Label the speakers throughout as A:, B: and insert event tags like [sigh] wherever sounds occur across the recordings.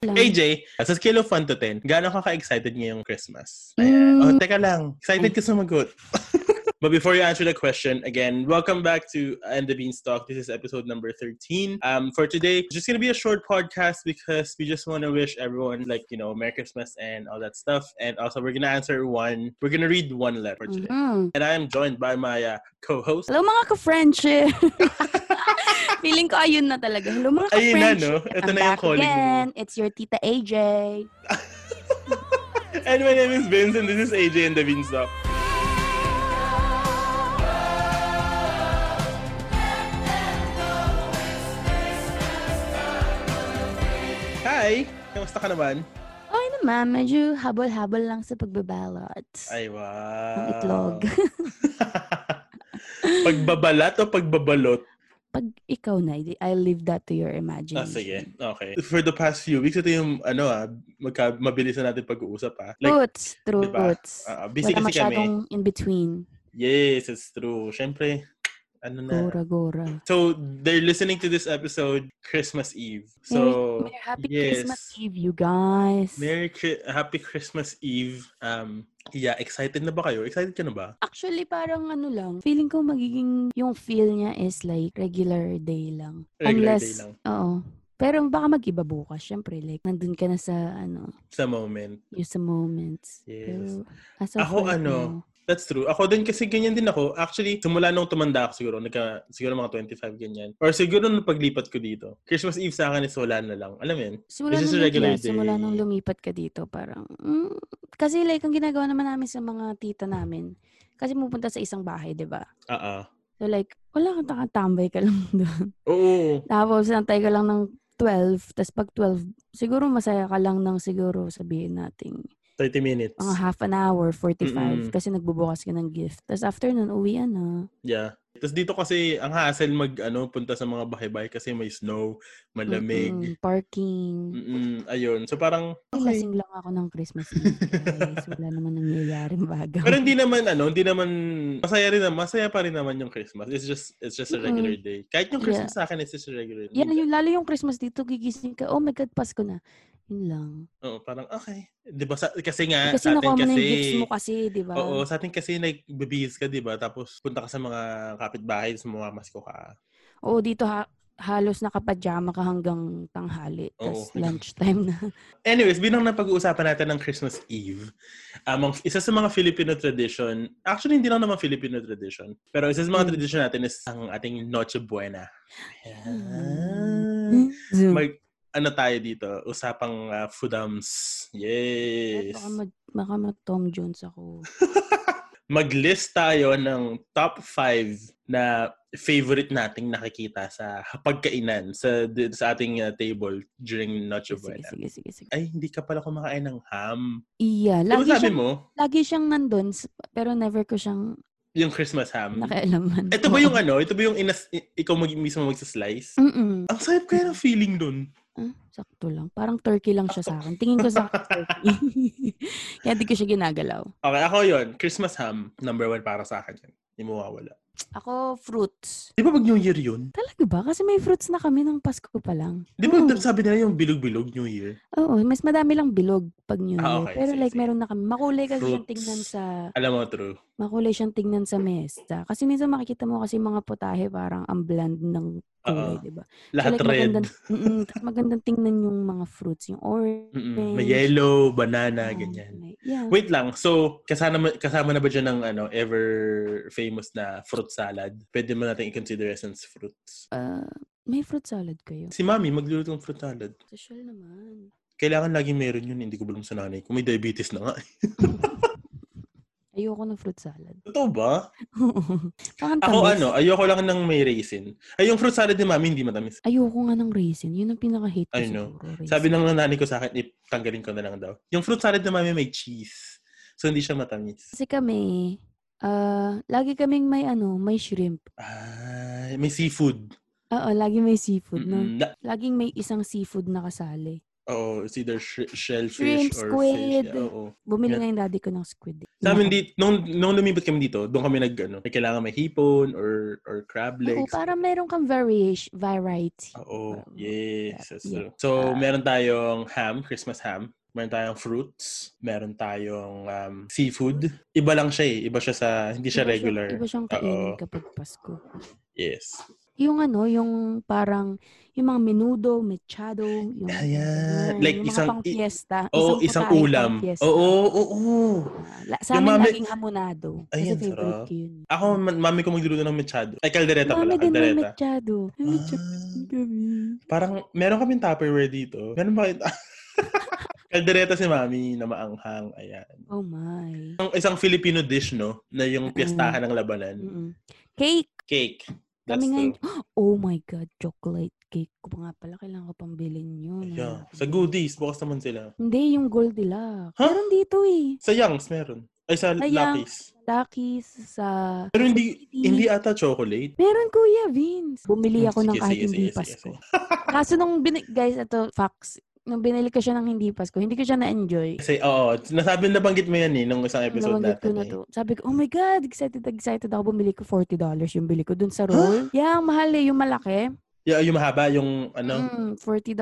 A: Lang.
B: AJ, sa scale of 1 to 10, gaano ka ka-excited ngayong Christmas?
A: Mm.
B: Oh, teka lang. Excited ka sumagot. [laughs] But before you answer the question, again, welcome back to And the Beanstalk. This is episode number 13. Um, for today, it's just going to be a short podcast because we just want to wish everyone, like, you know, Merry Christmas and all that stuff. And also, we're going to answer one, we're going to read one letter for today.
A: Mhm.
B: And I am joined by my uh, co host.
A: Hello mga
B: [laughs]
A: ka-friendship! Feeling ko ayun na talaga. Hello mga
B: Ayun na,
A: ka-friendship!
B: no? Ito na
A: I'm
B: yung
A: back
B: calling
A: again.
B: mo.
A: It's your Tita AJ.
B: And my name is Vince, and this is AJ and the Beanstalk. Hi! Kamusta ka naman?
A: Okay Oh, naman, medyo habol-habol lang sa pagbabalot.
B: Ay, wow.
A: Ang
B: [laughs]
A: itlog.
B: pagbabalat o pagbabalot?
A: Pag ikaw na, I'll leave that to your imagination.
B: Ah, sige. Okay. For the past few weeks, ito yung, ano ah, magka, mabilis na natin pag-uusap ah. Like,
A: Roots, true
B: diba?
A: roots.
B: ah, busy
A: Oh, Wala
B: kasi kami.
A: masyadong in between.
B: Yes, it's true. Siyempre, ano na.
A: Gora-gora.
B: So they're listening to this episode Christmas Eve. So
A: Merry Happy
B: Oh, yes.
A: Christmas Eve, you guys.
B: Merry Chri- Happy Christmas Eve. Um yeah, excited na ba kayo? Excited ka na ba?
A: Actually, parang ano lang, feeling ko magiging yung feel niya is like regular day lang.
B: Regular
A: Unless,
B: day lang.
A: Oo. Pero baka mag-iba bukas, syempre. Like, nandun ka na sa, ano,
B: Sa moment.
A: yung sa moments.
B: Yes.
A: Pero, as of
B: Ako,
A: right
B: ano,
A: now,
B: That's true. Ako din kasi ganyan din ako. Actually, simula nung tumanda ako siguro, nagka, siguro mga 25 ganyan. Or siguro nung paglipat ko dito. Christmas Eve sa akin is wala na lang. Alam mo yun?
A: Simula
B: This is
A: nung,
B: a regular
A: yeah, simula
B: day.
A: nung lumipat ka dito, parang, mm, kasi like, ang ginagawa naman namin sa mga tita namin, kasi pupunta sa isang bahay, di ba?
B: Ah, ah.
A: So like, wala kang nakatambay ka lang doon.
B: Oo.
A: Tapos, nantay ka lang ng 12. Tapos pag 12, siguro masaya ka lang ng siguro sabihin nating
B: 30 minutes.
A: mga half an hour, 45.
B: Mm-mm.
A: Kasi nagbubukas ka ng gift. Tapos after nun, uwi na.
B: Yeah. Tapos dito kasi ang hassle mag ano punta sa mga bahay-bahay kasi may snow, malamig.
A: Mm-mm, Parking.
B: Mm-mm, ayun. So parang
A: Ay, Lasing lang ako ng Christmas Eve.
B: [laughs]
A: guys. Wala naman nangyayaring baga.
B: Pero hindi naman ano, hindi naman masaya rin naman, masaya pa rin naman yung Christmas. It's just it's just a
A: Mm-mm.
B: regular day. Kahit yung Christmas sa
A: Yeah.
B: akin it's just a regular day.
A: Yan, yung, lalo yung Christmas dito, gigising ka, oh my God, Pasko na. Yun lang. Eh,
B: Oo, parang okay. 'Di ba sa- kasi nga
A: Kasi
B: sa atin
A: nakuha mo na
B: Ah, kasi
A: yung gifts mo kasi, di ba?
B: Oo, sa atin kasi nagbibihis ka, 'di ba? Tapos punta ka sa mga kapitbahay, sa mga masko ka.
A: Oo, dito ha- halos nakapajama ka hanggang tanghali.
B: Oo.
A: Tapos lunchtime na.
B: Anyways, bilang na pag-uusapan natin ng Christmas Eve, um, ang isa sa mga Filipino tradition, actually hindi lang naman Filipino tradition, pero isa sa mga
A: Mm.
B: tradition natin is ang ating Noche Buena. Ayan.
A: Zoom.
B: Mag, ano tayo dito? Usapang uh, foodums. Yes.
A: Baka, mag, baka mag-Tom Jones ako.
B: Mag-list tayo ng top 5 na favorite nating nakikita sa pagkainan sa, sa ating uh, table during Noche
A: sige,
B: Buena.
A: sige, sige, sige.
B: Ay, hindi ka pala kumakain ng ham.
A: Iya,
B: Lagi
A: lagi
B: Ano sabi
A: siyang,
B: mo?
A: lagi siyang nandun, s- pero never ko siyang
B: Yung Christmas ham.
A: nakialaman.
B: Hmm. Ito ba
A: Oo.
B: yung ano? Ito ba yung inas, i- ikaw mag, mismo magsaslice?
A: Mm-mm.
B: Ang sayap kaya ng feeling dun.
A: Ah, sakto lang. Parang turkey lang siya sa akin. Tingin ko sa
B: [laughs]
A: akin turkey. [laughs] Kaya di ko siya ginagalaw.
B: Okay, ako yon Christmas ham, number one para sa akin yun. Hindi mo mawawala.
A: Ako, fruits.
B: Di ba pag New Year yun?
A: Talaga ba? Kasi may fruits na kami ng Pasko pa lang.
B: Di ba
A: Oo.
B: sabi nila yung bilog-bilog New Year?
A: Oo, mas madami lang bilog pag New Year.
B: Ah, okay.
A: Pero
B: Sige,
A: like,
B: sige.
A: meron na kami. Makulay kasi siyang
B: Fruits.
A: tingnan sa
B: Alam mo, true.
A: makulay siyang tingnan sa mesa. Kasi minsan makikita mo kasi mga putahe parang ang bland ng kulay,
B: Oo.
A: di ba?
B: Lahat
A: like,
B: red.
A: Magandang, mm, tapos magandang tingnan yung mga fruits. Yung orange.
B: Mm-mm. May yellow, banana, ganyan.
A: may- yeah.
B: Wait lang, so kasama, kasama na ba dyan ng ano, ever famous na fruit salad? Pwede mo natin i-consider as fruits.
A: Uh, may fruit salad kayo.
B: Si Mami, magluluto ng fruit salad.
A: Social naman.
B: Kailangan lagi meron yun, hindi ko bulong sa nanay ko. May diabetes na nga. [laughs] eh.
A: Ayoko ng fruit salad. [laughs]
B: Totoo ba?
A: Parang
B: Ako
A: tamis.
B: ano, ayoko lang ng may raisin. Ay, yung fruit salad ni mami, hindi matamis.
A: Ayoko nga ng raisin. Yun ang pinaka-hate ko
B: I know.
A: siguro, raisin.
B: Sabi ng nanay ko sa akin, eh, tanggalin ko na lang daw. Yung fruit salad ni mami may cheese. So, hindi siya matamis.
A: Kasi kami, ah, lagi kaming may ano, may shrimp.
B: Ay, may seafood.
A: Oo, lagi may seafood, no?
B: Mm-mm. Na-
A: Laging may isang seafood na kasali.
B: Oh, it's either sh- shellfish
A: Shrimp,
B: or
A: squid.
B: fish. Yeah, oo.
A: Bumili
B: Yeah.
A: nga yung daddy ko ng squid.
B: Sa amin dito, nung, nung lumipat kami dito, doon kami nag, ano, may kailangan may hipon or, or crab
A: Oo,
B: legs.
A: parang meron kang variation, variety.
B: Oo,
A: Parang-
B: yes.
A: yeah,
B: that's
A: yeah.
B: true. So,
A: Ah.
B: meron tayong ham, Christmas ham. Meron tayong fruits. Meron tayong um, seafood. Iba lang siya eh. Iba siya sa, hindi siya
A: Iba
B: regular.
A: Iba siyang
B: Oo.
A: kainin kapag Pasko.
B: Yes.
A: Yung ano, yung parang, yung mga menudo, mechado, yung,
B: Ah, yeah. Like
A: yung
B: isang-
A: mga pang fiesta.
B: Oo, isang, ulam. Oo, oo, oo.
A: Sa
B: Yung
A: amin,
B: mami-
A: laging hamonado. Kasi
B: Ayan, sarap.
A: favorite ko yun.
B: Ako, ma- mami ko magluluto ng mechado. Ay, kaldereta
A: Mami
B: pala.
A: din may
B: Kaldereta.
A: mechado. May mechado
B: Ah.
A: kami.
B: Parang, meron kaming Tupperware dito. Meron ba kayo? [laughs] Kaldereta si Mami na maanghang. Ayan.
A: Oh my.
B: Isang, isang Filipino dish, no? Na yung
A: Mm.
B: piyastahan ng labanan.
A: Mm-mm. Cake.
B: Cake. That's
A: Kami
B: the...
A: ngayon. [gasps] Oh my God. Chocolate cake. Ko pa nga pala. Kailangan ko pang bilhin yun. ah.
B: Yeah. Sa goodies, bukas naman sila.
A: Hindi, yung Goldilocks.
B: Huh?
A: Meron dito eh.
B: Sa Young's, meron. Ay, sa
A: Sa
B: Lapis.
A: Takis sa...
B: Pero hindi, hindi ata chocolate.
A: Meron Kuya Vince. Bumili ako
B: Hmm, Sige,
A: ng kahit
B: sige,
A: hindi
B: sige, sige,
A: Pasko. Kaso nung bin- guys, ito facts. Nung binili ko siya ng hindi Pasko, hindi ko siya na-enjoy.
B: Kasi, oo, nasabi, nabanggit mo yan eh, nung isang episode
A: Nabanggit ko
B: natin
A: na
B: eh.
A: to. Sabi ko, oh my God, excited na excited ako. Bumili ko $40 yung bili ko dun sa roll. Yeah, ang mahal eh, yung malaki.
B: Yeah, yung mahaba, yung ano,
A: Mm, $40.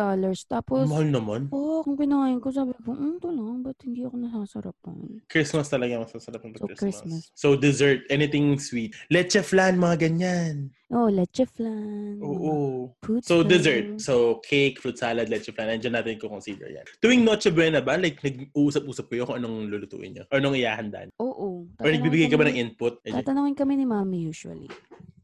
A: Tapos,
B: mahal naman.
A: oh, kung kinain ko, sabi ko, mm, ito lang, ba't hindi ako nasasarapan?
B: Christmas talaga masasarap ng
A: So,
B: Christmas.
A: Christmas.
B: So, dessert, anything sweet. Leche flan, mga ganyan.
A: Oh, leche flan.
B: Oo.
A: mga fruit
B: So,
A: flan.
B: dessert. So, cake, fruit salad, leche flan. Andiyan natin i-consider yan. Tuwing Noche Buena ba, like, nag-uusap-usap kayo kung anong lulutuin niyo? Or anong ihahanda niyo?
A: Oo.
B: Or nagbibigay ka ba ng
A: Tatanungin
B: input? Eh, Ayun.
A: Tatanungin kami ni mami usually.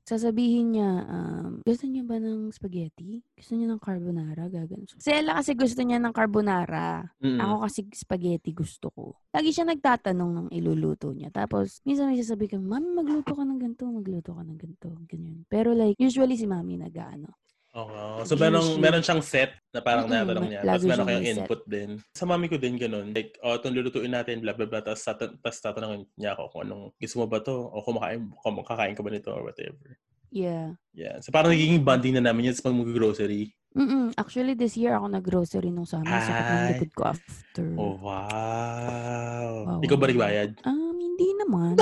A: Sasabihin niya, um, gusto niya ba ng spaghetti? Gusto niya ng carbonara? Gagan. siya. Si Ella kasi gusto niya ng carbonara.
B: Mm.
A: Ako kasi spaghetti gusto ko. Lagi siya nagtatanong ng iluluto niya. Tapos, minsan may sasabi kami, Mami, magluto ka ng ganito, magluto ka ng ganito, ganyan. Pero like, usually si Mami nag-ano.
B: Oo. So, meron,
A: Usually-
B: meron siyang set na parang
A: Mm-mm,
B: natanong
A: may-
B: niya. Tapos
A: lagi
B: meron
A: siyang
B: kayong
A: may set.
B: input din. Sa mami ko din ganun. Like, oh, itong lulutuin natin, blah, blah, blah. Tapos, tatan- tapos tatanungin niya ako kung anong gusto mo ba to? O kumakain, kum- kakain ka ba nito? Or whatever.
A: Yeah.
B: Yeah. So, parang nagiging bonding na namin yun sa pag mag-grocery.
A: Mm-mm. Actually, this year ako nag-grocery nung summer. Sakit ng
B: Ay.
A: likod ko after.
B: Oh, wow.
A: Wow.
B: Ikaw ba nagbayad?
A: Um, hindi
B: [laughs]
A: naman.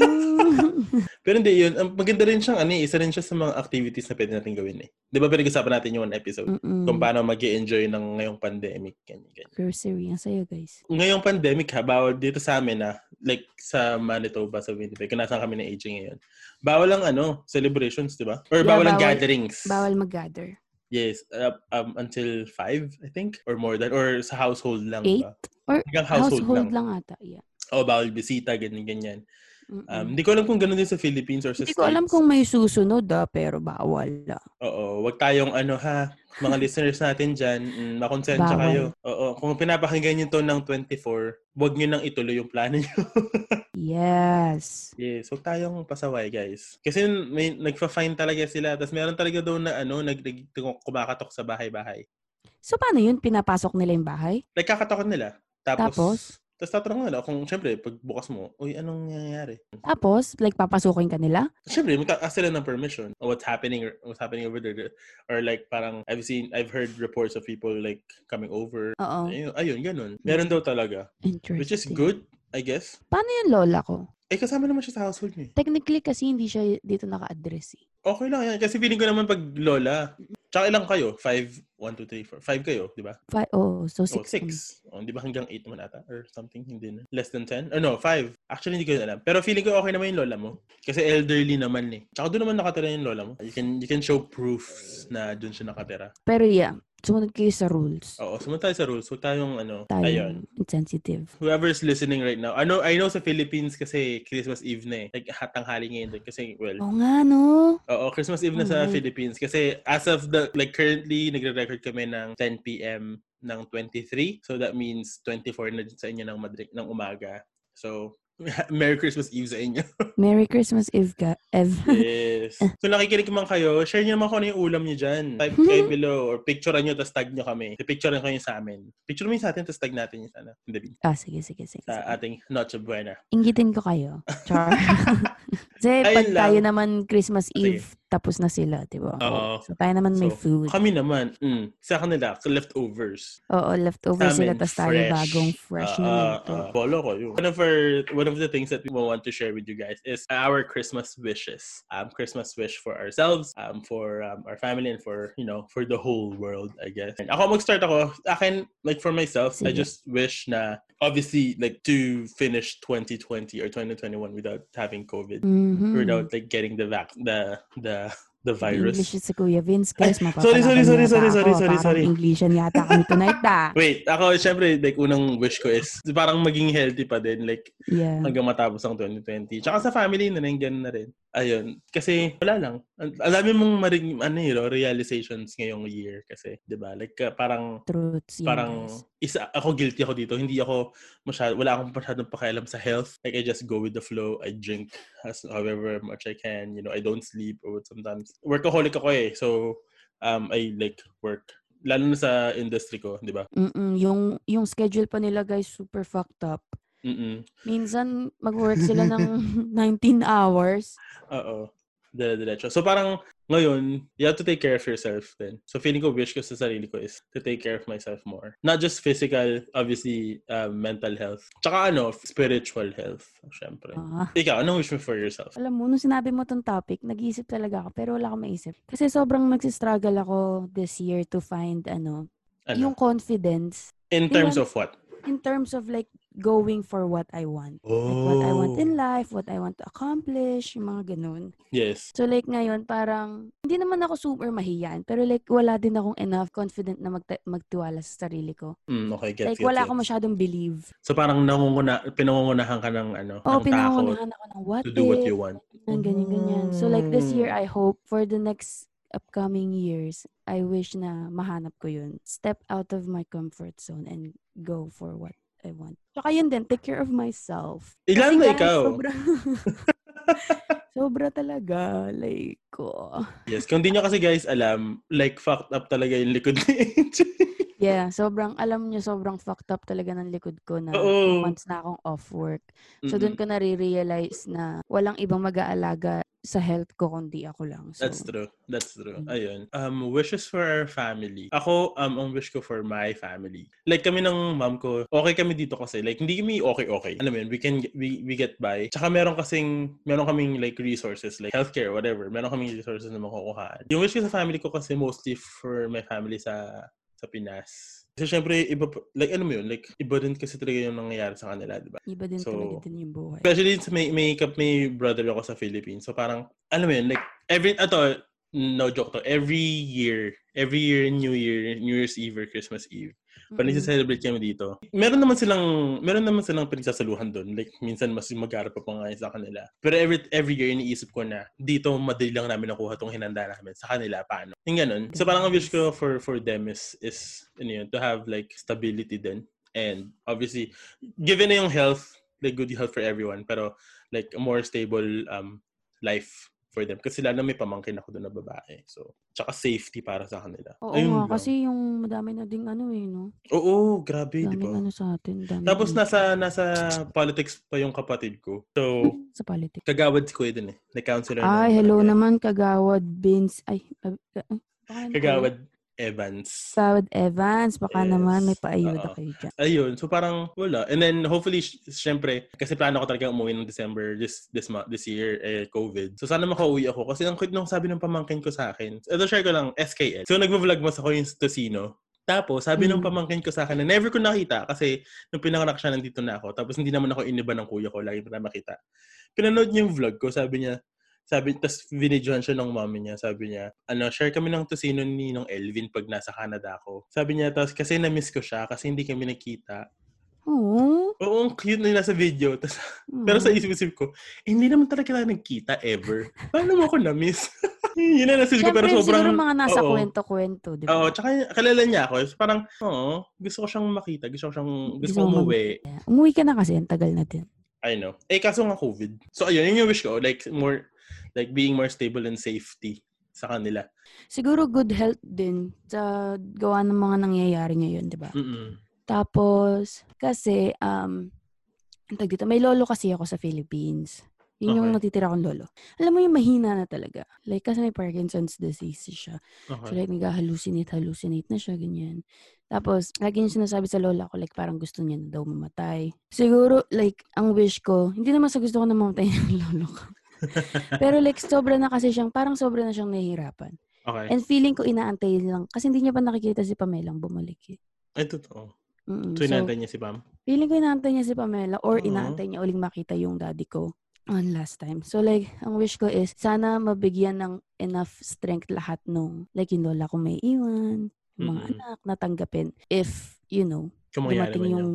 A: Mm.
B: Pero hindi yun. Ang maganda rin siyang, ano, eh, isa rin siya sa mga activities na pwede natin gawin eh. Di ba pinag-usapan natin yung one episode?
A: Mm-mm.
B: Kung paano mag enjoy ng ngayong pandemic. Ganyan, ganyan.
A: Grocery. Ang saya, guys.
B: Ngayong pandemic ha, bawal dito sa amin ha, like sa Manitoba, sa Winnipeg, kung nasaan kami ng AJ ngayon. Bawal ang ano, celebrations, di ba? Or
A: Yeah,
B: bawal ang
A: bawal.
B: gatherings.
A: Bawal mag-gather.
B: Yes, uh, um, until 5, I think, or more than, or sa household lang, di
A: Eight?
B: ba?
A: Or
B: Hanggang household,
A: Household,
B: lang.
A: lang. ata. Yeah.
B: O, Oh, bawal bisita, ganyan, ganyan.
A: Mm-mm.
B: Um, hindi ko alam kung ganun din sa Philippines or sa
A: Hmm. Hindi ko alam
B: States.
A: kung may susunod ah, pero bawal ah.
B: Oo, wag tayong ano ha,
A: [laughs]
B: mga listeners natin dyan, mm, makonsensya
A: Bawal.
B: kayo. Oo, kung pinapakinggan nyo to ng 24, wag nyo nang ituloy yung plano nyo. [laughs]
A: Yes.
B: yes, wag tayong pasaway guys. Kasi may, nagpa-fine talaga sila, tapos meron talaga daw na ano, nag, nag- kumakatok sa bahay-bahay.
A: So, paano yun? Pinapasok nila yung bahay?
B: Nagkakatakot nila. Tapos,
A: Tapos?
B: tapos tatanungan nila kung syempre, pag bukas mo, uy, anong nangyayari?
A: Tapos, like, papasukin ka nila?
B: Siyempre, magka-ask sila ng permission on what's happening what's happening over there. Or like, parang, I've seen, I've heard reports of people like coming over.
A: Oo.
B: Ayun, ayun, ganun. Meron daw talaga.
A: Interesting.
B: Which is good, I guess.
A: Paano yung lola ko?
B: Eh, kasama naman siya sa household niya. eh.
A: Technically kasi hindi siya dito naka-address eh.
B: Okay lang yan. Kasi feeling ko naman pag lola, tsaka ilang kayo? Five, one, two, three, four. Five kayo, di ba?
A: Fi- oh, so
B: Six.
A: six.
B: Oh, six. Oh, di ba hanggang eight naman ata? Or something, hindi na. Less than ten? Or no, five. Actually, hindi ko yun alam. Pero feeling ko okay naman yung lola mo. Kasi elderly naman eh. Tsaka doon naman nakatira yung lola mo. You can, you can show proofs na doon siya nakatira.
A: Pero yeah, sumunod kayo sa rules.
B: Oo, sumunod tayo sa rules. Huwag tayong ano. Oh, Ayun.
A: Tayo insensitive.
B: whoever's listening right now, I know, I know sa Philippines kasi Christmas Eve na eh. Like, hatanghali ngayon doon. Kasi, well,
A: Oo nga, no?
B: oo, Christmas Eve na sa
A: Alright.
B: Philippines. Kasi as of the, like, currently, nagre-record kami ng 10 p.m. ng 23. So, that means 24 na sa inyo ng, Madrid, ng umaga. So, [laughs] Merry Christmas Eve sa inyo.
A: Merry Christmas Eve, ka, Ev. [laughs]
B: Yes. Kung nakikinig man kayo, share nyo naman kung ano yung ulam nyo dyan. Type kayo below or picturean nyo tapos tag nyo kami. Picturean kayo sa amin. Picture mo yung sa atin tapos tag natin yung sa, ano,
A: ah, sige, sige, sige.
B: sa
A: sige. [laughs]
B: ating Noche Buena. [laughs]
A: Ingitin ko kayo. Char. Kasi
B: Ayun
A: pag
B: lang.
A: tayo naman Christmas
B: Sige.
A: Eve, tapos na sila, di ba?
B: Oo.
A: So, tayo naman may
B: So,
A: food.
B: Kami naman, mm, sa kanila, leftovers.
A: Oo, leftover
B: Sa
A: sila,
B: amin,
A: tapos tayo
B: fresh.
A: bagong fresh na eh.
B: Ah,
A: luto.
B: ah, ah. Bolo kayo. One of our, one of the things that we want to share with you guys is our Christmas wishes. Um, Christmas wish for ourselves, um, for um, our family, and for you know, for the whole world, I guess. And ako mag-start ako. Akin, like for myself, I
A: Sige.
B: just wish na obviously like to finish 2020 or 2021 without having COVID,
A: Mhm.
B: without like getting the vac, the the the virus.
A: English si Kuya Vince, guys.
B: Ay,
A: mapapalaban
B: sorry, sorry, sorry,
A: yata
B: sorry,
A: ako.
B: sorry, sorry,
A: Parang
B: sorry.
A: Englishan yata
B: [laughs]
A: kami tonight, ah.
B: Wait, ako syempre like unang wish ko is parang maging healthy pa din like
A: Yeah.
B: hanggang matapos ang 2020. Tsaka sa family na rin, ganun na rin. Ayun. Kasi wala lang. Ang ang dami mong marig, ano yun, no, realizations ngayong year kasi, di ba? Like uh, parang
A: Truths. yun,
B: parang
A: guys.
B: isa ako guilty ako dito hindi ako masyado wala akong masyadong pakialam sa health like I just go with the flow I drink as however much I can you know I don't sleep or sometimes workaholic ako eh so um I like work lalo na sa industry ko di ba
A: Mm-mm, yung, yung schedule pa nila, guys, super fucked up.
B: mm
A: Minsan, mag-work sila ng [laughs] 19 hours.
B: Oo. Dire-diretso. So parang ngayon, you have to take care of yourself then. So feeling ko wish ko sa sarili ko is to take care of myself more. Not just physical, obviously uh, mental health. Tsaka ano, spiritual health, syempre.
A: Ah.
B: Ikaw, anong wish mo for yourself?
A: Alam mo, nung sinabi mo tong topic, nag-iisip talaga ako, pero wala akong maisip. Kasi sobrang nagsistruggle ako this year to find, ano,
B: Ano?
A: yung confidence
B: In terms
A: yun.
B: of what?
A: in terms of, like, going for what I want. Like, what I want
B: Oh.
A: in life, what I want to accomplish, yung mga ganun.
B: Yes.
A: So like ngayon parang hindi naman ako super mahiyan pero like wala din akong enough confident na magta- magtiwala sa sarili ko.
B: Mm, okay, get,
A: Like
B: get, get.
A: wala akong masyadong believe.
B: So parang nangunguna, pinangungunahan ka ng ano, ng
A: Oo,
B: takot
A: pinangunahan ako ng what
B: to do what
A: if,
B: you want.
A: ganyan, ganyan, ganyan. So like this year
B: Mm.
A: I hope for the next upcoming years I wish na mahanap ko yun. Step out of my comfort zone and go for what I want. Tsaka yun din, take care of myself.
B: Ilan
A: Kasi
B: na
A: guys,
B: ikaw?
A: Sobra, [laughs] sobra talaga. Like, oh.
B: Yes, kung di nyo kasi guys alam, like fucked up talaga yung likod ni [laughs] Angel.
A: Yeah, sobrang, alam nyo, sobrang fucked up talaga ng likod ko na
B: Oo.
A: months na akong off work. So, doon ko nare-realize na walang ibang mag-aalaga sa health ko kundi ako lang. So,
B: That's true. That's true.
A: Mm.
B: Ayun. Um, wishes for our family. Ako, um, ang wish ko for my family. Like kami ng mom ko, okay kami dito kasi. Like, hindi kami okay-okay. Alam mo yun, we can, we, we get by. Tsaka meron kasing, meron kaming like resources, like healthcare, whatever. Meron kaming resources na makukuhaan. Yung wish ko sa family ko kasi mostly for my family sa sa Pinas. Kasi syempre, iba, pa- like, ano mo yun, like, iba din kasi talaga yung nangyayari sa kanila, di ba?
A: iba din
B: So,
A: talaga din yung buhay.
B: Especially sa may, may, kap- may brother ako sa Philippines. So parang, alam mo yun, like, every, ato, no joke to, every year, every year, New Year, New Year's Eve or Christmas Eve, pag
A: Mm-mm.
B: nagse-celebrate kami dito, meron naman silang, meron naman silang pinagsasaluhan doon. Like, minsan mas mag-arap pa nga sa kanila. Pero every, every year, iniisip ko na, dito, madali lang namin nakuha tong hinanda namin. Sa kanila, paano? Yung ganun. So, parang ang wish ko for, for them is, is, ano yun, to have, like, stability din. And, obviously, given na yung health, like, good health for everyone, pero, like, a more stable um, life for them. Kasi lalo may pamangkin ako doon na babae. So, tsaka safety para sa kanila.
A: Oo
B: Ayun
A: nga,
B: lang.
A: kasi yung madami na ding ano eh, no?
B: Oo, grabe, di
A: Daming
B: ba?
A: ano sa atin. Dami
B: Tapos
A: din
B: nasa nasa politics pa yung kapatid ko. So,
A: sa politics.
B: kagawad si Kuya dun eh. Na counselor. na-
A: Ay, hello naman, Kagawad Vince. Ay, ah, ah, ah, baka ano
B: Kagawad
A: kayo?
B: Evans.
A: Kagawad Evans. Baka
B: Yes.
A: naman may paayuda
B: Oo.
A: kayo dyan.
B: Ayun, so parang wala. And then hopefully, sy- syempre, kasi plano ko talaga umuwi ng December this this month, this year, eh, COVID. So sana makauwi ako kasi ang cute nung sabi ng pamangkin ko sa akin. Ito share ko lang, SKL. So nagvo-vlog mas ako yung Tocino. Tapos, sabi ng
A: Mm.
B: pamangkin ko sa akin na never ko nakita kasi nung pinanganak siya, nandito na ako. Tapos, hindi naman ako iniba ng kuya ko. Lagi ko na makita. Pinanood niya yung vlog ko. Sabi niya, sabi, tas vinidyohan siya ng mami niya. Sabi niya, ano, share kami ng tosino ni nung Elvin pag nasa Canada ako. Sabi niya, tas kasi na-miss ko siya kasi hindi kami nakita.
A: Oo. mm.
B: Oo, ang cute na nasa video. Tas, [laughs] pero sa isip-isip ko, eh, hindi naman talaga tayo nagkita ever. Paano mo ako na-miss? [laughs] Yun na nasisip ko,
A: Siyempre,
B: pero sobrang...
A: siguro mga nasa
B: Oo.
A: kwento-kwento, di ba?
B: Oo, tsaka kalala niya ako. So, parang, oo, gusto ko siyang makita. Gusto ko siyang, gusto ko
A: mo mag-
B: umuwi.
A: Yeah. Umuwi ka na kasi, ang tagal na din.
B: I know. Eh, kaso nga COVID. So, ayun, yun yung wish ko. Like, more, like being more stable and safety sa kanila.
A: Siguro good health din sa gawa ng mga nangyayari ngayon, di ba?
B: Mm-mm.
A: Tapos, kasi, um, ang tag dito, may lolo kasi ako sa Philippines. Yun yung
B: Okay.
A: natitira kong lolo. Alam mo yung mahina na talaga. Like, kasi may Parkinson's disease siya. So,
B: Okay.
A: like, nag-hallucinate, hallucinate na siya, ganyan. Tapos, lagi niya sinasabi sa lola ko, like, parang gusto niya na daw mamatay. Siguro, like, ang wish ko, hindi naman sa gusto ko na mamatay [laughs] ng lolo
B: [laughs]
A: ko. Pero, like, sobra na kasi siyang, parang sobra na siyang nahihirapan.
B: Okay.
A: And feeling ko inaantay lang. Kasi hindi niya pa nakikita si Pamelang bumalik eh.
B: Ay, totoo.
A: Mm-mm.
B: So,
A: So,
B: inaantay niya si Pam?
A: Feeling ko inaantay niya si Pamela or
B: Oo.
A: inaantay niya uling makita yung daddy ko on last time. So like, ang wish ko is sana mabigyan ng enough strength lahat nung like yung lola ko may iwan, yung mga
B: Mm-mm.
A: anak natanggapin if you know,
B: Kung mangyari
A: dumating
B: man yun.
A: yung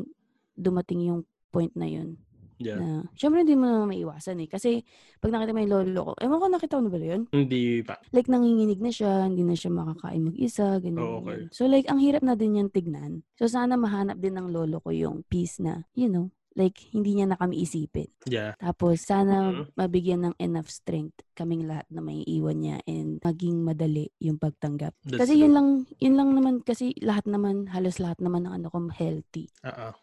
A: dumating yung point na yun.
B: Yeah.
A: Na, syempre hindi mo naman maiwasan eh. Kasi pag nakita mo yung lolo ko, ewan ko nakita ko na ba yun?
B: Hindi pa.
A: Like nanginginig na siya, hindi na siya makakain mag-isa, ganyan.
B: Oh, okay.
A: ganyan. So like, ang hirap na din yung tignan. So sana mahanap din ng lolo ko yung peace na, you know, like hindi niya na kami isipin.
B: Yeah.
A: Tapos sana
B: Mhm.
A: mabigyan ng enough strength kaming lahat na may iwan niya and maging madali yung pagtanggap.
B: That's
A: kasi yun
B: true.
A: lang, yun lang naman, kasi lahat naman, halos lahat naman ng ano ko healthy.
B: Ah, ah.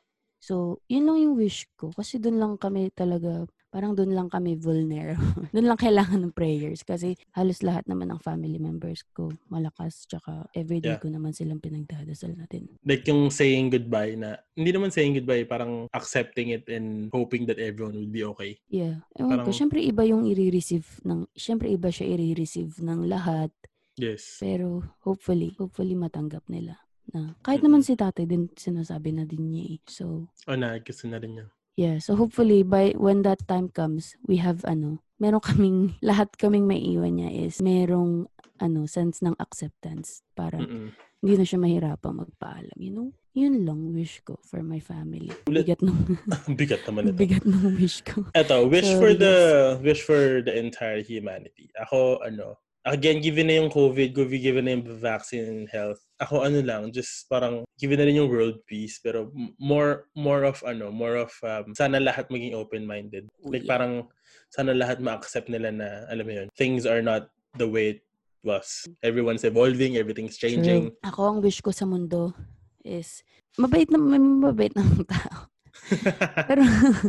A: So, yun lang yung wish ko. Kasi doon lang kami talaga, parang doon lang kami vulnerable. [laughs] doon lang kailangan ng prayers. Kasi halos lahat naman ng family members ko malakas. Tsaka
B: Yeah.
A: everyday ko naman silang pinagdadasal natin.
B: Like yung saying goodbye na, hindi naman saying goodbye, parang accepting it and hoping that everyone will be okay.
A: Yeah. Ewan ko,
B: Parang-
A: syempre iba yung i-receive ng, syempre iba siya i-receive ng lahat.
B: Yes.
A: Pero hopefully, hopefully matanggap nila. Na, kahit naman si tatay din sinasabi na din niya eh. So,
B: O na, gusto Oh, na rin niya.
A: Yeah, so hopefully by when that time comes, we have ano, meron kaming [laughs] lahat kaming maiiwan niya is merong ano, sense ng acceptance para
B: Mm-mm.
A: hindi na siya mahirapang magpaalam, you know? Yun lang wish ko for my family.
B: Ulit.
A: Bigat nung [laughs]
B: Ang Bigat naman ito.
A: bigat nung wish ko.
B: Eto, Eh, wish
A: So,
B: for the wish for the entire humanity. Ako, ano, again, given na yung COVID, given given na yung vaccine and health, ako ano lang, just parang given na rin yung world peace, pero m- more more of ano, more of um, sana lahat maging open-minded. Like
A: Oh, Yeah.
B: parang sana lahat ma-accept nila na, alam mo yun, things are not the way it was. Everyone's evolving, everything's
A: [laughs]
B: changing. [laughs]
A: True. Ako ang wish ko sa mundo is mabait na may mabait na [laughs] tao. Pero [laughs]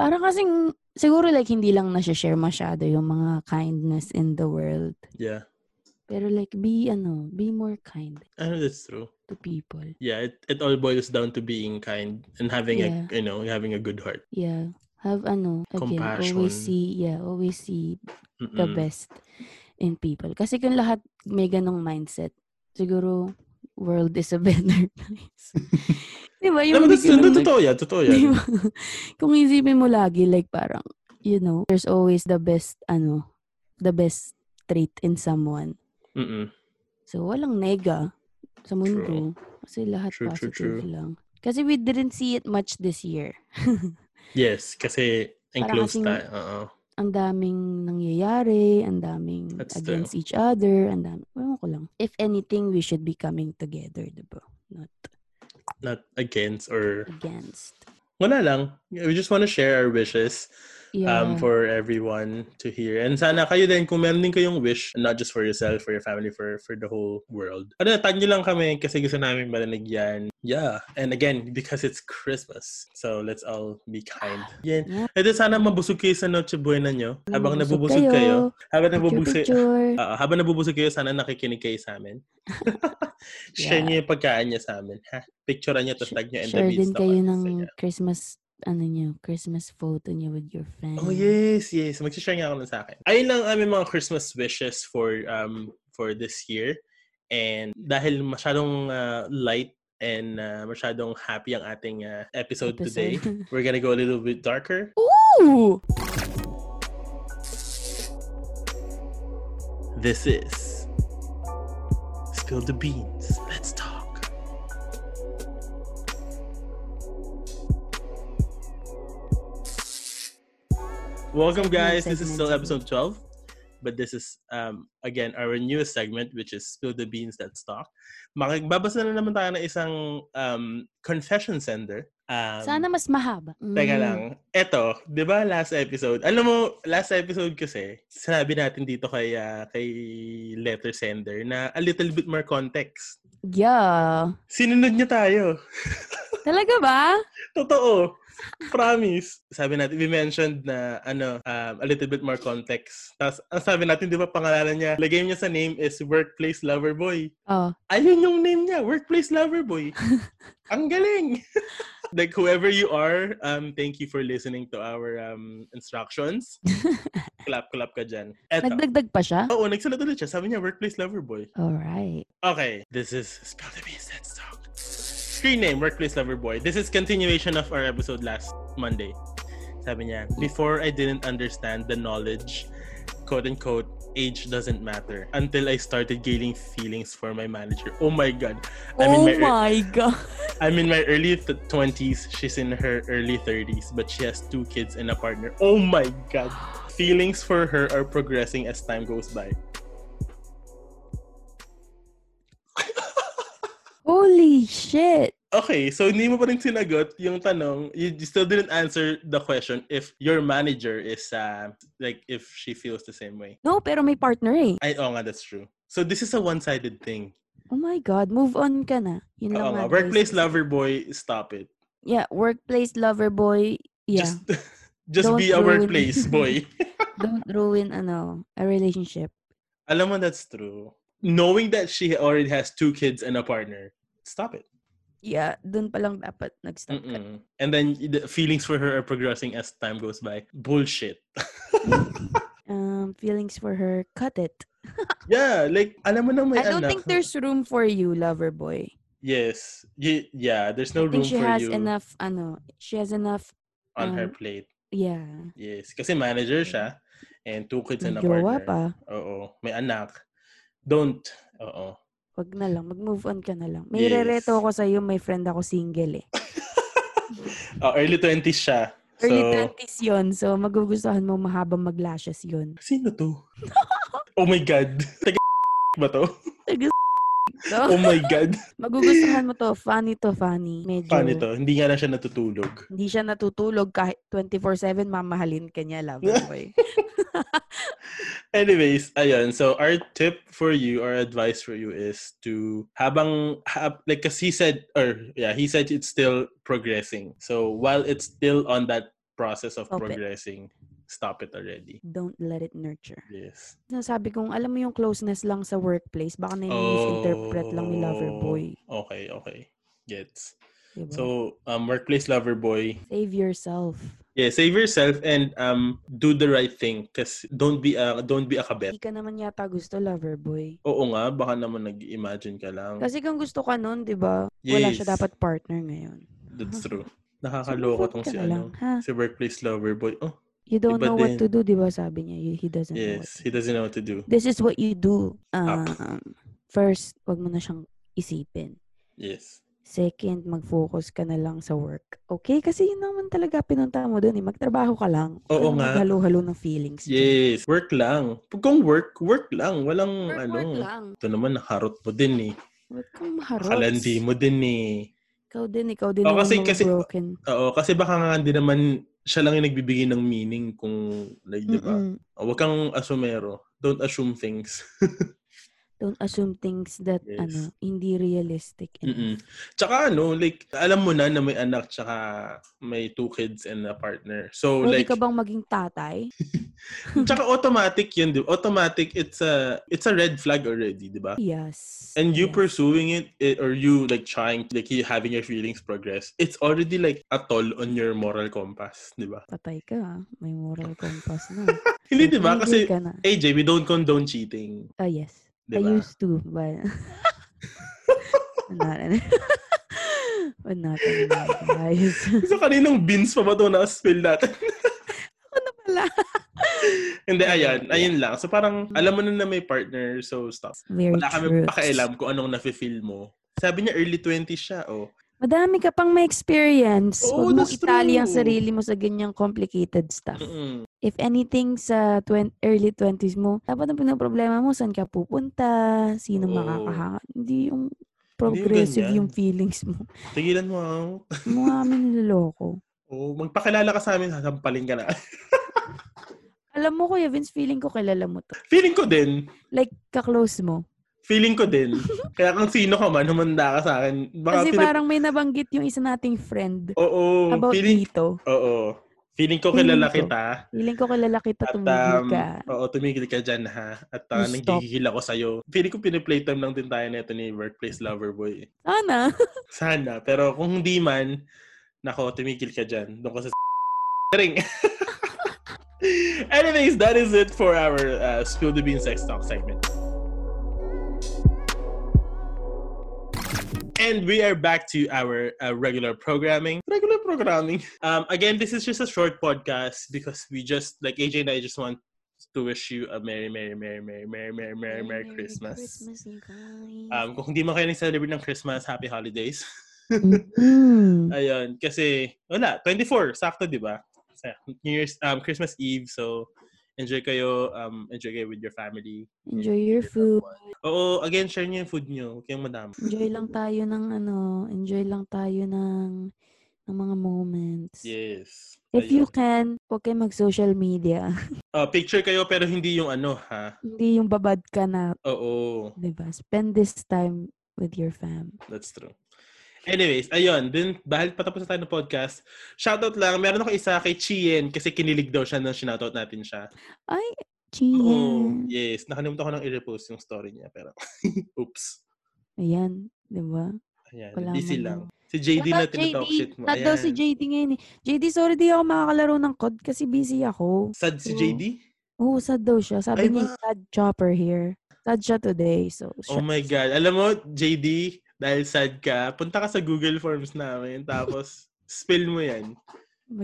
A: parang kasing siguro like hindi lang na share masyado yung mga kindness in the world.
B: yeah.
A: Pero like, be ano, be more kind
B: I know that's true.
A: to people.
B: Yeah, it, it all boils down to being kind and having
A: Yeah.
B: a, you know, having a good heart.
A: Yeah. Have ano, again,
B: Compassion. Mm.
A: always see, yeah, always see the
B: Mm-mm.
A: best in people. Kasi kung lahat may ganong mindset, siguro, world is a [laughs] better place. Di ba?
B: Yung
A: Yung
B: Dapat,
A: may ganong mind-
B: totoo yan, totoo yan.
A: Di ba? kung isipin mo lagi, like parang, you know, there's always the best, ano, the best trait in someone.
B: Mm-mm.
A: So, walang nega sa mundo. Kasi lahat
B: True, true,
A: positive
B: true.
A: lang. Kasi we didn't see it much this year. [laughs]
B: Yes, kasi enclosed
A: kasing-
B: tayo. Oo.
A: Ang daming nangyayari, ang daming
B: That's
A: against each other, ang dami, ewan ko lang. If anything, we should be coming together, diba? Not
B: Not against or...
A: against.
B: Wala lang. We just want to share our wishes
A: Yeah.
B: um, for everyone to hear. And sana kayo din, kung meron din kayong wish, not just for yourself, for your family, for for the whole world. Ano, tag nyo lang kami kasi gusto namin marinig yan. Yeah. And again, because it's Christmas. So, let's all be kind. Yan.
A: Yeah.
B: Ito sana mabusog kayo sa Noche Buena nyo. Habang
A: Mabusog
B: nabubusog kayo.
A: kayo.
B: habang nabubusog,
A: Picture-picture.
B: Oo, Ah, habang nabubusog kayo, sana nakikinig kayo sa
A: [laughs]
B: amin. Share
A: Yeah.
B: niyo yung pagkain niya sa amin. Ha? Picturean niyo, tapos tag niyo and the
A: Share din
B: Beanstalk
A: kayo
B: on
A: ng
B: Instagram.
A: Christmas, ano nyo, Christmas photo nyo with your friends.
B: Oh, yes, yes. Magsishare nga ako nun sa akin. Ayun lang ang aming mga Christmas wishes for um for this year. And dahil masyadong uh, light and uh, masyadong happy ang ating uh, episode,
A: [laughs]
B: today,
A: Episode.
B: we're gonna go a little bit darker.
A: Ooh!
B: This is Spill the Beans. Let's talk. Welcome, guys. This is still episode 12, but this is, um, again, our newest segment, which is Spill the Beans, Let's Talk. Makigbabasa na naman tayo ng isang um, confession sender. Um,
A: Sana mas mahaba.
B: Teka
A: Mm.
B: lang. Eto, di ba last episode? Alam mo, last episode kasi, sinabi natin dito kay, ah, kay letter sender na a little bit more context.
A: Yeah.
B: Sinunod niya tayo.
A: Talaga ba?
B: Totoo. Promise. Sabi natin, we mentioned na, ano, um, a little bit more context. Tapos, ang sabi natin, di ba, pangalanan niya, lagay niya sa name is Workplace Lover Boy.
A: Oh,
B: Ayun yung name niya, Workplace Lover Boy. ang galing! [laughs] like, whoever you are, um, thank you for listening to our um, instructions. clap, clap ka dyan. Eto.
A: nagdagdag pa siya?
B: Oo, nagsalat ulit siya. Sabi niya, Workplace Lover Boy.
A: Alright.
B: Okay, this is Spill the Beans Let's Talk. Screen name, Workplace Lover Boy. This is continuation of our episode last Monday. Sabi niya, before I didn't understand the knowledge, quote unquote, age doesn't matter until I started gaining feelings for my manager. Oh my god. I'm in
A: oh
B: my, ear-
A: my God.
B: I'm in my early th- 20s. She's in her early 30s, but she has two kids and a partner. Oh my god. Feelings for her are progressing as time goes by.
A: Holy shit.
B: Okay, so hindi mo pa rin sinagot yung tanong. You still didn't answer the question if your manager is uh, like if she feels the same way.
A: No, pero may partner eh.
B: Ay, oo nga, that's true. So this is a one-sided thing.
A: Oh my God. Move on ka na.
B: Oo
A: Yun lang
B: nga,
A: advice.
B: workplace lover boy, stop it.
A: Yeah, workplace lover boy. Yeah.
B: Just [laughs] just
A: Don't
B: be a
A: ruin-
B: workplace
A: [laughs]
B: boy.
A: Don't ruin ano, a relationship.
B: Alam mo that's true. Knowing that she already has two kids and a partner, stop it.
A: Yeah, dun pa lang dapat nag-stop ka.
B: Mm-mm. And then the feelings for her are progressing as time goes by. Bullshit. [laughs]
A: Um, feelings for her, cut it.
B: yeah, like alam mo na may ano
A: I don't
B: anak. [laughs]
A: think there's room for you, lover boy.
B: Yes. Y- yeah, there's no
A: I think
B: room
A: she
B: for
A: has
B: you
A: enough, ano, she has enough,
B: on her
A: um,
B: plate.
A: yeah.
B: Yes. Kasi manager siya and two kids and a
A: May
B: partner.
A: jowa pa.
B: Oo. May anak. Don't. Oo. [laughs]
A: Wag na lang, mag-move on ka na lang.
B: Yes.
A: May rereto ako sa'yo, may friend ako single eh.
B: Oh, early 20s siya.
A: Early
B: so,
A: 20s yun, so magugustuhan mo mahabang mag-lashes yun.
B: Sino to? oh my God. Taga [laughs] ba to?
A: So,
B: [laughs] Oh my God.
A: magugustuhan mo to, funny to funny. Medyo,
B: Paano to? Hindi nga na siya natutulog.
A: hindi siya natutulog kahit 24-7, mamahalin ka niya, lover
B: [laughs]
A: boy.
B: Anyways, ayun. So, our tip for you, our advice for you is to habang, hab, like, cause he said, or yeah, he said it's still progressing. So, while it's still on that process of
A: Stop it.
B: progressing, stop it already.
A: Don't let it nurture.
B: Yes.
A: Sinasabi kong, alam mo yung closeness lang sa workplace, baka na-misinterpret lang ni lover boy.
B: Oh, Okay, okay. Gets.
A: Diba?
B: So, um, workplace lover boy.
A: Save yourself.
B: Yeah, save yourself and um, do the right thing. Cause don't be a, don't be a kabet.
A: Hindi ka naman yata gusto, lover boy.
B: Oo nga, baka naman nag-imagine ka lang.
A: Kasi kung gusto ka nun, di ba, wala siya
B: Yes.
A: dapat partner ngayon.
B: That's true.
A: So,
B: Nakakaloko
A: move on
B: tong
A: ka
B: si
A: na lang,
B: ano.
A: ha?
B: Si workplace lover boy. Oh,
A: You don't
B: Iba
A: know what
B: din.
A: to do, di ba, sabi niya. You- He doesn't know what
B: yes.
A: to
B: He doesn't know what to do.
A: This is what you do.
B: Up.
A: Um, first, wag mo na siyang isipin.
B: Yes.
A: Second, mag-focus ka na lang sa work. Okay? Kasi yun naman talaga pinunta mo dun eh. Magtrabaho ka lang. Huwag
B: Oo
A: ka na
B: nga.
A: Maghalo-halo ng feelings. dyan.
B: Yes. Work lang. Pag kung work, work lang. Walang
A: Work,
B: ano.
A: work lang.
B: Ito naman, nakarot mo din eh.
A: Huwag kang maharot.
B: Nakalandi mo din eh.
A: Ikaw din, ikaw din.
B: Oh,
A: naman
B: kasi-
A: mga
B: kasi-
A: broken.
B: Oo, kasi baka nga hindi naman siya lang yung nagbibigay ng meaning kung, like, di ba?
A: Mm-mm.
B: Oh, Huwag kang asumero. Don't assume things. [laughs]
A: Don't assume things that,
B: Yes.
A: ano, hindi realistic.
B: Mm-mm. Tsaka ano, like, alam mo na na may anak tsaka may two kids and a partner. So, Oh,
A: Pwede
B: like,
A: ka bang maging tatay?
B: [laughs]
A: Hmm.
B: Tsaka automatic yun, di ba? Automatic, it's a, it's a red flag already, di ba?
A: Yes.
B: And you
A: yes.
B: pursuing it, it, or you like trying, like you having your feelings progress, it's already like a toll on your moral compass, di ba?
A: Patay ka, ah. may moral compass na.
B: Hindi, di ba? Kasi,
A: Tumigil ka na.
B: AJ, we don't condone cheating,
A: Ah, yes.
B: di [laughs]
A: I
B: ba?
A: used to, but... [laughs] not [laughs] any- But not anymore, guys. [laughs]
B: Sa kaninang bins pa ba ito na-spill natin? [laughs]
A: ano pala?
B: Hindi, ayan. Ayun lang. So parang, alam mo na na may partner, so stop.
A: Very
B: Wala kami
A: true.
B: pakialam kung anong nafe-feel mo. Sabi niya, early 20 siya, oh.
A: Madami ka pang may experience.
B: Oo,
A: Huwag mo
B: that's
A: itali ang
B: true.
A: sarili mo sa ganyang complicated stuff.
B: Mm-mm.
A: If anything sa twen- early 20s mo, dapat ang pinaproblema mo, saan ka pupunta, sino
B: Oo.
A: makakahanga. Hindi yung progressive
B: ganyan.
A: yung feelings mo.
B: Tigilan mo, ah.
A: Mukha kami niloloko.
B: Oh, magpakilala ka sa amin, sasampalin ka na. [laughs]
A: Alam mo, Kuya Vince, feeling ko kilala mo to.
B: Feeling ko din,
A: Like, kaklose mo.
B: Feeling ko din.
A: [laughs]
B: Kaya kung sino ka man, humanda ka sa akin. Baka
A: Kasi
B: pinag-
A: parang may nabanggit yung isa nating friend
B: Oo. Oh,
A: about
B: Feeling,
A: dito.
B: oo. Feeling ko
A: Feeling
B: kilala
A: ko.
B: kita.
A: Feeling ko kilala kita
B: At,
A: tumigil
B: um,
A: ka.
B: oo, tumigil ka dyan, ha? At uh,
A: You stop.
B: nanggigigil ako sa'yo. Feeling ko piniplaytime lang din tayo nito ni Workplace Lover Boy.
A: Sana.
B: Sana. Pero kung hindi man, nako, tumigil ka dyan. Doon ka sa ring. [laughs] Anyways, that is it for our uh, Spill the Bean Sex Talk segment. And we are back to our uh, regular programming. Regular programming. Um, again, this is just a short podcast because we just, like AJ and I just want to wish you a Merry, Merry, Merry, Merry, Merry, Merry, Merry, Merry Christmas.
A: Christmas, you guys.
B: Um, kung hindi man kayo nag-celebrate ng Christmas, happy holidays. [laughs]
A: Mm.
B: Ayun, kasi wala, 24, sakto 'di ba? Sa New Year's um Christmas Eve, so enjoy kayo, um enjoy kayo with your family.
A: Enjoy your food.
B: Oo, again share niyo yung food niyo, huwag kayong madami.
A: Enjoy lang tayo ng ano, enjoy lang tayo ng ng mga moments.
B: Yes.
A: If you
B: Ayun.
A: can, huwag kayo mag-social media. [laughs]
B: Ah, picture kayo pero hindi yung ano ha.
A: Hindi yung babad ka na,
B: Oo,
A: di ba? Spend this time with your fam.
B: that's true. Anyways, ayun, din bahal patapos na tayo ng podcast. Shoutout lang, meron ako isa kay Chien kasi kinilig daw siya nung shoutout natin siya.
A: Ay,
B: Oo,
A: chill.
B: yes. Nakalimutan ko nang i-repost yung story niya, pero [laughs] oops.
A: Ayan, di ba?
B: Ayan,
A: Wala
B: busy
A: man
B: lang. Si JD na
A: Shoutout,
B: tinatalk shit mo.
A: Shoutout daw si
B: Ayan.
A: JD ngayon eh. JD, sorry di ako makakalaro ng COD kasi busy ako.
B: Sad si
A: Oo.
B: JD?
A: Oo, sad daw siya.
B: Ay,
A: Sabi
B: ba?
A: niya, sad chopper here. Sad siya today. So,
B: Oh my God. Alam mo, JD, dahil sad ka, punta ka sa Google Forms namin, tapos [laughs] spill mo yan.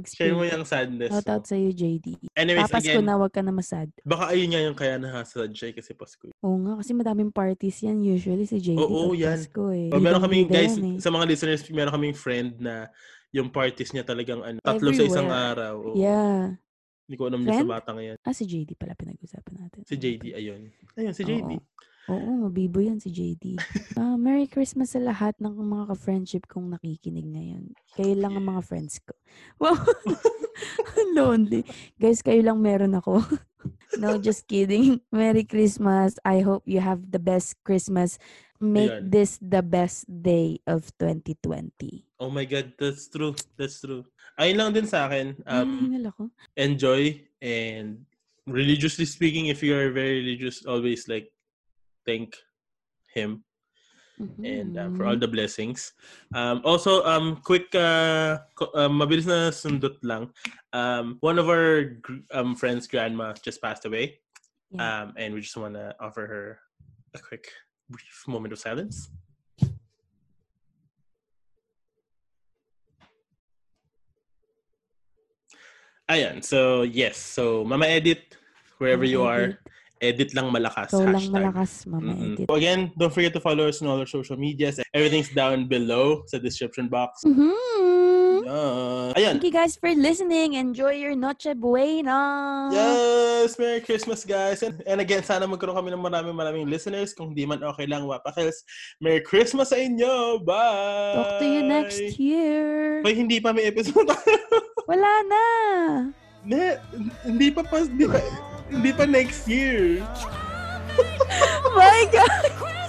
B: Share mo
A: mag-spill.
B: yung sadness mo.
A: Shoutout sa'yo, JD.
B: Anyways,
A: Papas
B: again,
A: ko na, wag ka na masad.
B: baka ayun nga yung kaya nakasad siya eh, kasi Pasko. eh.
A: Oo nga, kasi madaming parties yan usually si JD.
B: Oo,
A: pag
B: yan.
A: Pasko eh.
B: O, Oh, meron kaming, guys,
A: Bidang-bida yan eh.
B: sa mga listeners, meron kaming friend na yung parties niya talagang ano, tatlo sa isang
A: Everywhere.
B: araw. Oo.
A: Yeah.
B: Hindi ko alam niya sa
A: Friend?
B: bata ngayon.
A: Ah, si JD pala pinag-usapan natin.
B: Si JD, ayun. Ayun, si JD.
A: Oo, mabibo yan si
B: [laughs]
A: JD. Ah, Merry Christmas sa lahat ng mga ka-friendship kong nakikinig ngayon. Kayo lang ang mga friends ko. [laughs] Wow! Lonely. Guys, kayo lang meron ako. [laughs] no, just kidding. Merry Christmas. I hope you have the best Christmas. Make
B: Ayan.
A: this the best day of 2020.
B: Oh my God, that's true. That's true. Ayun lang din sa akin. Um,
A: Nangangal ako.
B: enjoy and religiously speaking if you are very religious always like thank him
A: Mm-hmm.
B: and um, for all
A: Hmm.
B: the blessings um also um quick uh, co- uh mabilis na sundot lang um one of our gr- um friends grandma just passed away
A: Yeah.
B: um and we just want to offer her a quick brief moment of silence ayan so yes so mama edit wherever you are edit lang malakas.
A: So lang
B: hashtag.
A: malakas, mama
B: Mm-mm.
A: edit.
B: So again, don't forget to follow us on all our social medias. Everything's down below sa description box.
A: Mhm.
B: Yeah. Ayan.
A: Thank you guys for listening. Enjoy your Noche Buena.
B: Yes! Merry Christmas, guys! And, and again, sana magkaroon kami ng maraming maraming listeners. Kung di man okay lang, wapakils. Merry Christmas sa inyo! Bye!
A: Talk to you next year.
B: Hoy, hindi pa may episode [laughs] tayo.
A: Wala na.
B: Ne, hindi pa pa, hindi pa, hindi pa next year.
A: Oh [laughs] my God.